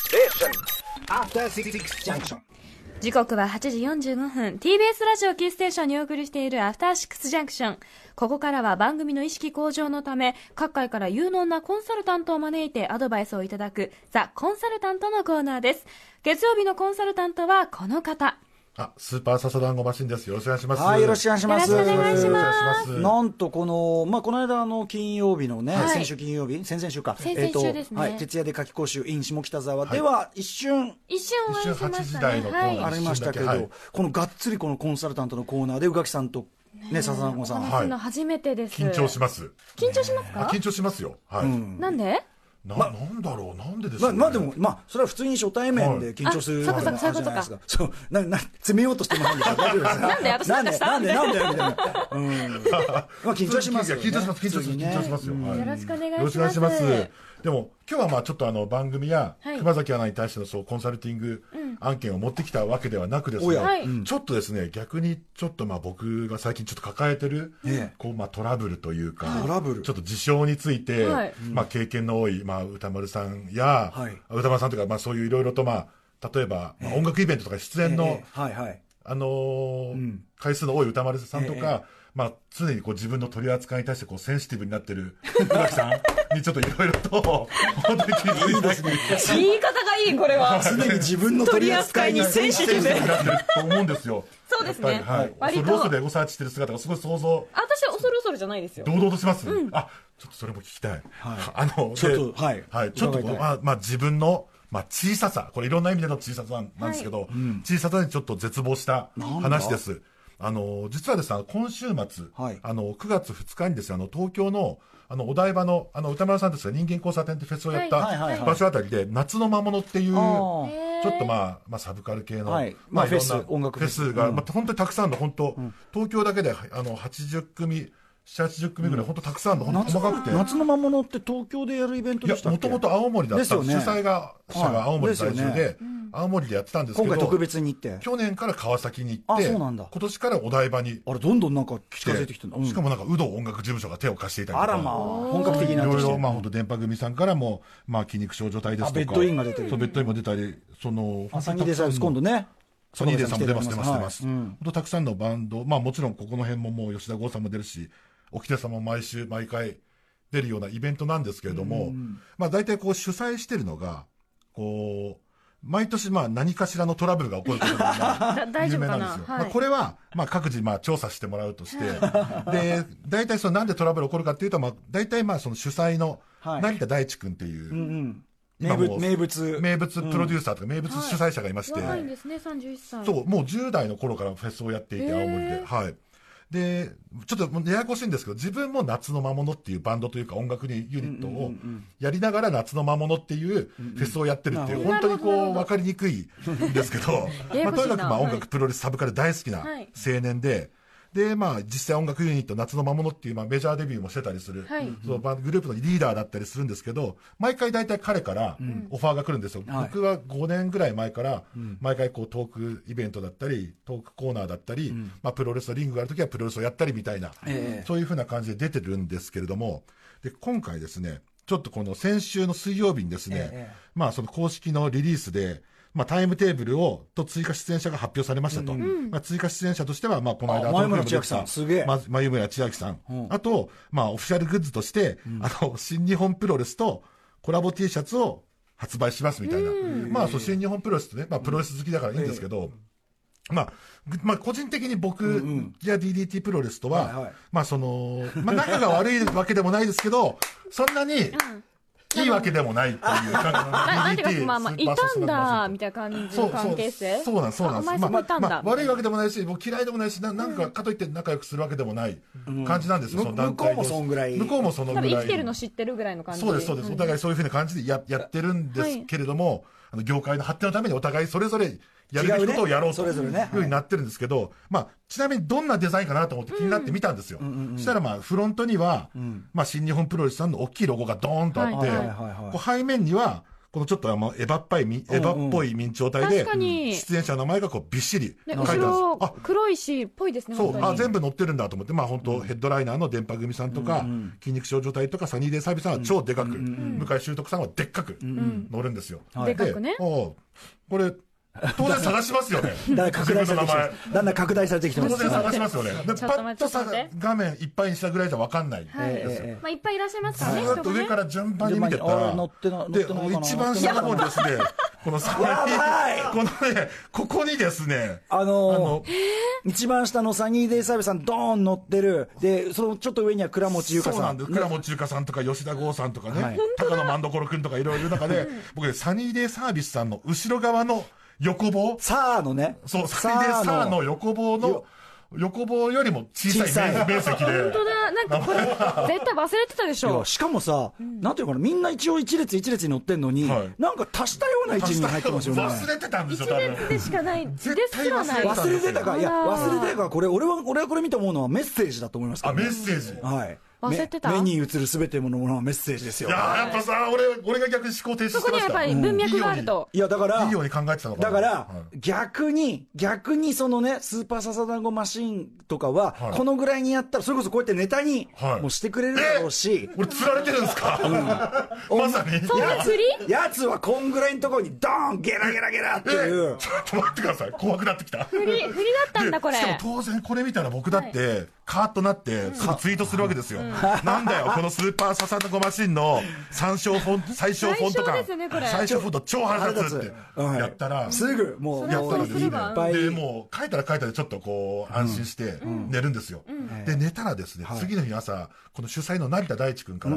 Station. After Six Junction. 時刻は8時45分 TBS ラジオキーステーションにお送りしているアフターシックスジャンクションここからは番組の意識向上のため各界から有能なコンサルタントを招いてアドバイスをいただくザ・コンサルタントのコーナーです月曜日のコンサルタントはこの方あ、スーパーササダンゴマシンです。よろしくお願いします。はい、よろしくお願いします。よろしくお願いしますなんとこの、まあ、この間の金曜日のね、はい先週金曜日、先々週か、先々週ですねはい、徹夜で夏期講習 in 下北沢では一瞬一瞬お会いしま一瞬8し時た台ねのコーナはーいありましたけど、はいこのがっつりこのコンサルタントのコーナーで宇垣さんとね、笹お々子さん、話しするの初めてです、緊張します。緊張しますあか緊張しますよ。はい。なんでな、なんだろう、なんでですまか、あ、ね。まあでも、まあ、それは普通に初対面で緊張するはいあっていのそうかそうあるじゃかないですか。そう、な、な、詰めようとしてませんでした。大丈夫ですなんで私なんかしたなんで、なんで、なんで、みたいな。うん。 まあ、緊張しますよ、ね。。緊張します、緊張します、緊張しますすよ。はいよろしくお願いしますよろしくお願いします。でも、今日はまあちょっとあの番組やはい熊崎アナに対してのそうコンサルティング案件を持ってきたわけではなくですおね、やはいちょっとですね、逆にちょっとまあ僕が最近ちょっと抱えてるええ、こうまあトラブルというか、トラブルちょっと事象についてはい、まあ経験の多い、まあ歌丸さんやはい、歌丸さんとかまあそういういろいろとまあ、例えばまあ音楽イベントとか出演えのえはい、 はい。あのー回数の多い歌丸さんとえか、まあ、常にこう自分の取り扱いに対してこうセンシティブになってる 村木さんにちょっといろいろと、本当に気づいてない言い方がいいこれ は常に自分の取り扱いに取り扱いにセンシティブになってると思うんですよ。そうですねやっぱりはい。割とそのロスでゴサーチしてる姿がすごい想像、私は恐る恐るじゃないですよ堂々とします、あ、ちょっとそれも聞きたい。あの、ちょっとではいちょっとこ伺いたう、いまあ、まあ、自分の、まあ、小ささ、これいろんな意味での小ささなんですけど、小ささにちょっと絶望した話です。あの、実はですね、あの今週末、はいあの、9月2日にですね、あの、東京の、あの、お台場の、あの、歌丸さんですが、人間交差点ってフェスをやっはいはいはいはたい場所あたりで、夏の魔物っていう、ちあょーっとまあ、まあ、サブカル系の、はいまあいろんなフェス音楽フフェェススが、うんまあ、本当にたくさんの、本当、東京だけで、あの、80組、7、80組ぐらい、本当たくさんの、本当細かくて。夏の魔物って東京でやるイベントいでやしたっもけともと青森だっですた、よね主催が者が青森在住で,、はいです青森でやってたんですけ今ど回特別に行って。去年から川崎に行っあてそうなんだ今年からお台場にあれ、どんどんなんか近づいてきてるの、うんしかもなんか有働音楽事務所が手を貸していたりとかあらまあ、本格的にいなってろきいてろ、る。まあ、本当、電波組さんからも、まあ、筋肉症状態ですとか、あベッドインが出てるそうベッドインも出たり、その、あサニーデザインズ今度ね、ね。サニーデイさんも出ます、来出てまくす、れは出います、う本ん当、たくさんのバンド、まあ、もちろんここの辺ももう、吉田剛さんも出るし、沖田さんも毎週、毎回出るようなイベントなんですけれども、まあ、大体こう、主催してるのが、こう、毎年、まあ、何かしらのトラブルが起こることになる。だ大丈有夫名かなんなですよ。はいまあ、これは、まあ、各自、まあ、調査してもらうとして、で、大体、その、なんでトラブル起こるかっていうと、まあ、大体、まあ、その主催の、はい成田大地君っていう、うんうん。今名も物、う名物。名物プロデューサーとか、名物主催者がいまして、若いんですね31歳そう、もう10代の頃からフェスをやっていて、青森で。はい。で、ちょっともうややこしいんですけど、自分も夏の魔物っていうバンドというか音楽ユニットをやりながら夏の魔物っていうフェスをやってるっていうう、ん本当になるほこどう分かりにくいんですけ ど、ややまあこしといなにかくまはあい音楽プロレスサブカル大好きなはい青年で、で、まあ実際音楽ユニット夏の魔物っていうまあメジャーデビューもしてたりする、はいそのバングループのリーダーだったりするんですけど、毎回大体彼からオファーが来るんですよ。はい僕は5年ぐらい前から、毎回こうトークイベントだったり、トークコーナーだったり、まあプロレスのリングがあるときはプロレスをやったりみたいな、ええそういうふうな感じで出てるんですけれども、で、今回ですね、ちょっとこの先週の水曜日にですね、ええまあその公式のリリースで、まあタイムテーブルを、と追加出演者が発表されましたと。まあ追加出演者としては、まあこの間、あ前村千秋さん東京すげえま眉村千秋さん、んあと、まあ、オフィシャルグッズとして、あの新日本プロレスとコラボ T シャツを発売しますみたいな、まあそう、新日本プロレスってね、まあ、プロレス好きだからいいんですけど、まあ、ぐまあ、個人的に僕や DDT プロレスとは、はいはいまあその、まあ仲が悪いわけでもないですけど、そんなにいいわけでもないっていう感じのななんていうか、 まあまあ、いたんだ、みたいたいな感じそのうそう関係性そうなんそうなんあおです前まそあこいたんだ。まあ悪いわけでもないしもう嫌いでもないしななんかかといって仲良くするわけでもない感じなんですよ、うんその団体向こうもそんぐらい向こうもその多ぐら分い生きてるの知ってるぐらいの感じそうですそうです、お互いそういうふうな感じでややってるんですけれども、あの業界の発展のためにお互いそれぞれやるべきことをやろうと違うねそれぞれねはいいうふうになってるんですけど、まあ、ちなみにどんなデザインかなと思って気になって見たんですよ、そしたら、まあ、フロントには、まあ、新日本プロレスさんの大きいロゴがドーンとあって、はいはいはいはいこう背面にはここのちょっとあのエヴァっぽいみ、エヴァっぽい明朝体で、確かに出演者の名前がこうびっしり書ね、いて後あるんですろあ、黒いしっぽいですね、そ本う、当あ、に。全部載ってるんだと思って、まあ本当、ヘッドライナーの電波組さんとか、筋肉症状体とか、サニーデイサービスさんは超でかく、向井修徳さんはでっかく乗るんですよ。はいでかくねおうこれ、当然探しますよね。 だんだん拡大されてきて自ます。だんだん拡大されてきてま分の名前当す。然探しますよね。で、パちょっと待ッってとさちょっと待って画面いっぱいにしたぐらいじゃわかんない。はいええええまあ、いっぱいいらっしゃいますからずね、ーっ人とが上ね。から順番に見てったあらー乗ってな、乗でってないかな一番下の方に ですね、このサニー、このね、ここにですね、あのー一番下のサニーデイサービスさん、ドーン乗ってる。で、そのちょっと上には倉持優香そうさ。なんんです。倉持中華さんとか吉田剛さんとかね、はい高野万所くんとかいろいろいる中で、僕ね、サニーデイサービスさんの後ろ側の横棒、サーのね。そう、サニーデイサーの横棒のよ、横棒よりも小小ささいい面面積で本、当だ、なんかこ れ、絶対忘れてたでしいやょ。しかもさ、なんていうのかな、みんな一応一列一列に乗ってんのに、はいなんか足したような位置に入ってますよね。忘れてたんです一よ、多分。列でしかない、です絶対らない。忘忘れてたか、いや、あら忘れてたか、これ、俺は、俺はこれ見て思うのはメッセージだと思いますけあ、どメね、ッセージ。いはい。忘れてた目目に映るすべてのものはメッセージですよ。やーやっぱさ、俺、俺が逆に思考停止してそましこたにはやっぱり文脈があると。いや、だから、いいように考えてたのかなだから、はい逆に、逆にそのね、スーパーササダンゴマシーンとかは、はいこのぐらいにやったら、それこそこうやってネタにはいもうしてくれるだろう し、俺、釣られてるんですか まさに。そんな釣りやつはこんぐらいのところに、ドーン、ゲラゲラゲラってえいーう、ちょっと待ってください。怖くなってきた。振り、振りだったんだ、これし。かも当然これ見たら僕だって、カーッとなって、すぐツイートするわけですよ。なんだよ、このスーパーササノコマシンの参照フォント、 最小フォント最小感ですねこれ。最小フォント超腹立つっ腹て立つはいやったら、すぐ、もう、それやはっもたうらそうですればいっぱいで、もう書いたら書いたでちょっとこう、安心して寝るんですよ。で、寝たらですね、次の日朝、この主催の成田大地君から、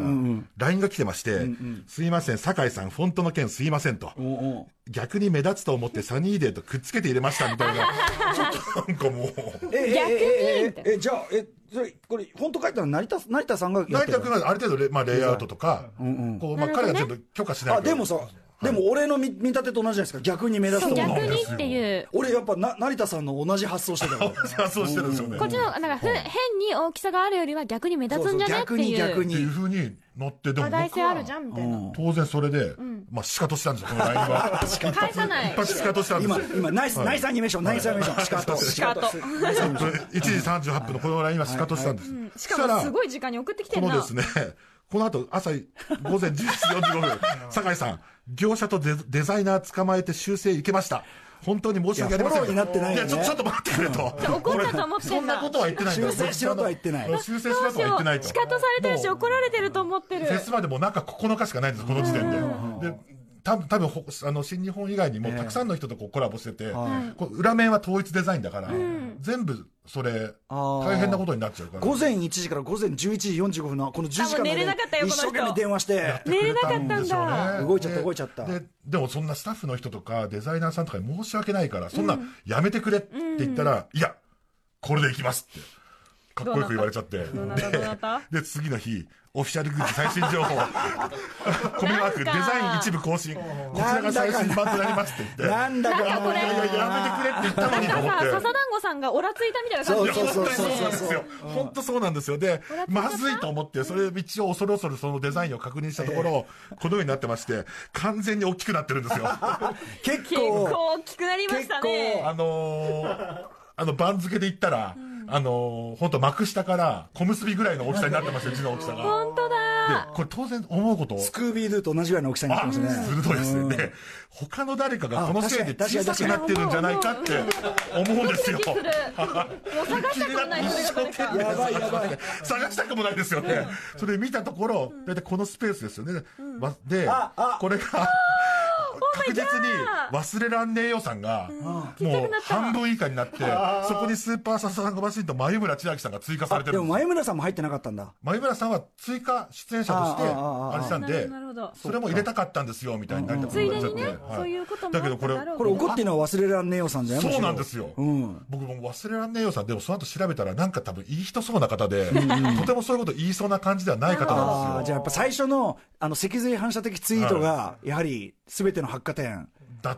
LINE が来てまして、すいません、酒井さん、フォントの件すいませんと。うんうん逆に目立つと思ってサニーデーとくっつけて入れましたみたい な。ちょっとなんかもう。ええ逆にえみえたいええじゃあえそれこれ本当書いたの成田成田さんがやっ成て田る君がある程度レ,、まあ、レイアウトとか、こうまあ、彼が全部許可しないあとでもさ、でも俺の見見立てと同じじゃないですか逆に目立つそとう、思う逆にっていう。俺やっぱな成田さんの同じ発想してたからそうしてるんですよね。こっちの、なんか、ふ変に大きさがあるよりは逆に目立つんじゃねって逆にい逆う。っていうにふうになって、でも話題僕性あるじゃはん、みたいな。当然それで、まあ、シカトしたんですよ、このライ ンは。返さない一。発シカトしたんです今よ。今ナイス、ナイスアニメーションナイスアニメーションシカートシカート1時38分のこのラインはシカトしたんでしす。かも、すいごい時間に送ってきてこるのな。ですね、この後朝午前10時45分、 酒井さん、業者とデデザイナー捕まえて修正いけました。本当に申し訳ありません。いやフォローになってないよねや、ちょ、ちょっと待ってくれと。怒ったと思ってんだそんなことは言ってないんだ修正しろとは言ってない修正しどろうとしは言っよ。てないうと。仕方されてるし、もう怒られてると思ってる。フェスまでもう中9日しかないんです、この時点で。で多分多分ほあの新日本以外にもたくさんの人とこうコラボしてて、こう裏面は統一デザインだから、全部それ、あー大変なことになっちゃうから、午前1時から午前11時45分のこの10時間あものう寝れなかったよ一生懸この命人電話して寝れなかったんだ。動いちゃった動いちゃったででもそんなスタッフの人とかデザイナーさんとかに申し訳ないからそんなやめてくれって言ったら、いやこれでいきますってかっこよく言われちゃってどなたどなたでで次の日オフィシャルグッズ最新情報コミマークデザイン一部更新こちらが最新版となりますって言ってないんだかなんかこれやいややめてくれって言ったのにとなん思っかさ、て笹団子さんがオラついたみたいな感じそうそうそうそう本当にそうなんですよ。本当そうなんですよ。で、まずいと思って、それ一応恐る恐るそのデザインを確認したところ、このようになってまして、完全に大きくなってるん ですよ。あ結結構構大きくなりましたね。のー、あの、番付で言ったら、あのー、本当幕下から小結びぐらいの大きさになってました、うちの大きさが。本当でだ。、これ当然思うことをスクービードゥと同じぐらいの大きさになってあ、ますね鋭いですね。で、他の誰かがこのせいで小さくなってるんじゃないかって思うんドでキすドよキ。する。もう探したくもない、それが誰か。やばいやばい探したくもないですよね。それ見たところ、だいたいこのスペースですよね。わでああ、これが、確実に忘れらんねえよさんが、もう半分以下になって、そこにスーパーササダンゴマシンと眉村千秋さんが追加されてでるもんで前す。村さんも入ってなかったんだ眉村さんは追加出演者として、あああああああれしたんでなるほどなるほど、それも入れたかったんですよ、みたいになりたついでにねはい、そういうこともだけあどったこんだれろうこれ怒ってるのは忘れらんねえよさんじゃむしろそうなんですよ、ん僕も忘れらんねえよさんでもその後調べたらなんか多分いい人そうな方で、とてもそういうこと言いそうな感じではない方あなんあですじゃあやよっぱ最初のあの脊髄反射的ツイートが、やはり全ての発火点、だっ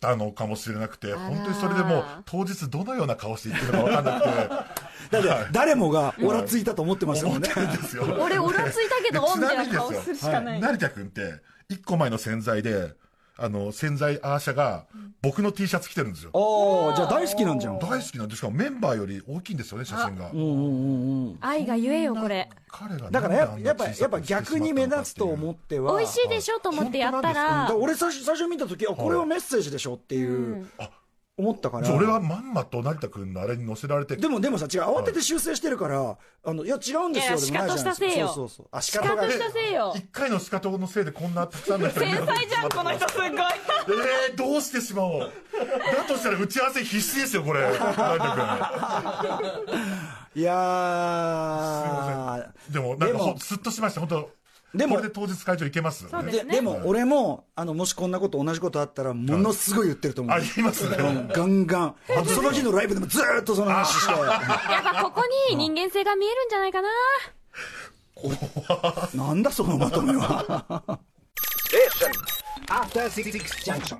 たのかもしれなくてら本当にそれでもう当日どのような顔して言ってるのか分かんなくて だって誰もがおらついたと思ってますも思んっねて、るんですよ俺、オラついたけど、でみたいな顔するしかない。成田君って一個前の洗剤で、あの、洗剤アーシャが、僕の T シャツ着てるんですよ。ああ、じゃあ大好きなんじゃん。大好きなんですしかもメンバーより大きいんですよね、写真が。愛がゆえよこれ彼がだからやなんでやあっんぱ、やな小さっくぱしてしまったのかってい逆うに目立つと思っては。美味しいでしょと思ってやっただからら俺最初最初見た時あこれはメッセージでしょっていう、思ったからそう俺はまんまと成田君のあれに乗せられて、でもでもさ違う慌てて修正してるから、あのいや違うんですよでもないじゃないやいシカトしたせいよそうそうそうあ仕ちゃ方んとがしたせいよ一回のスカトのせいでこんなたくさんの人が天才じゃんこの人すごいえー、どうしてしまおうだとしたら打ち合わせ必死ですよこれ成田いやー君でもなんでかもほんすっとしました本当でもこれで当日会場行けますそうですででも俺もあのもしこんなこと同じことあったらものすごい言ってると思う、ありますね、うんガンガンあとその日のライブでもずーっとその話してやっぱここに人間性が見えるんじゃないかななんだそのまとめは After Six Junction.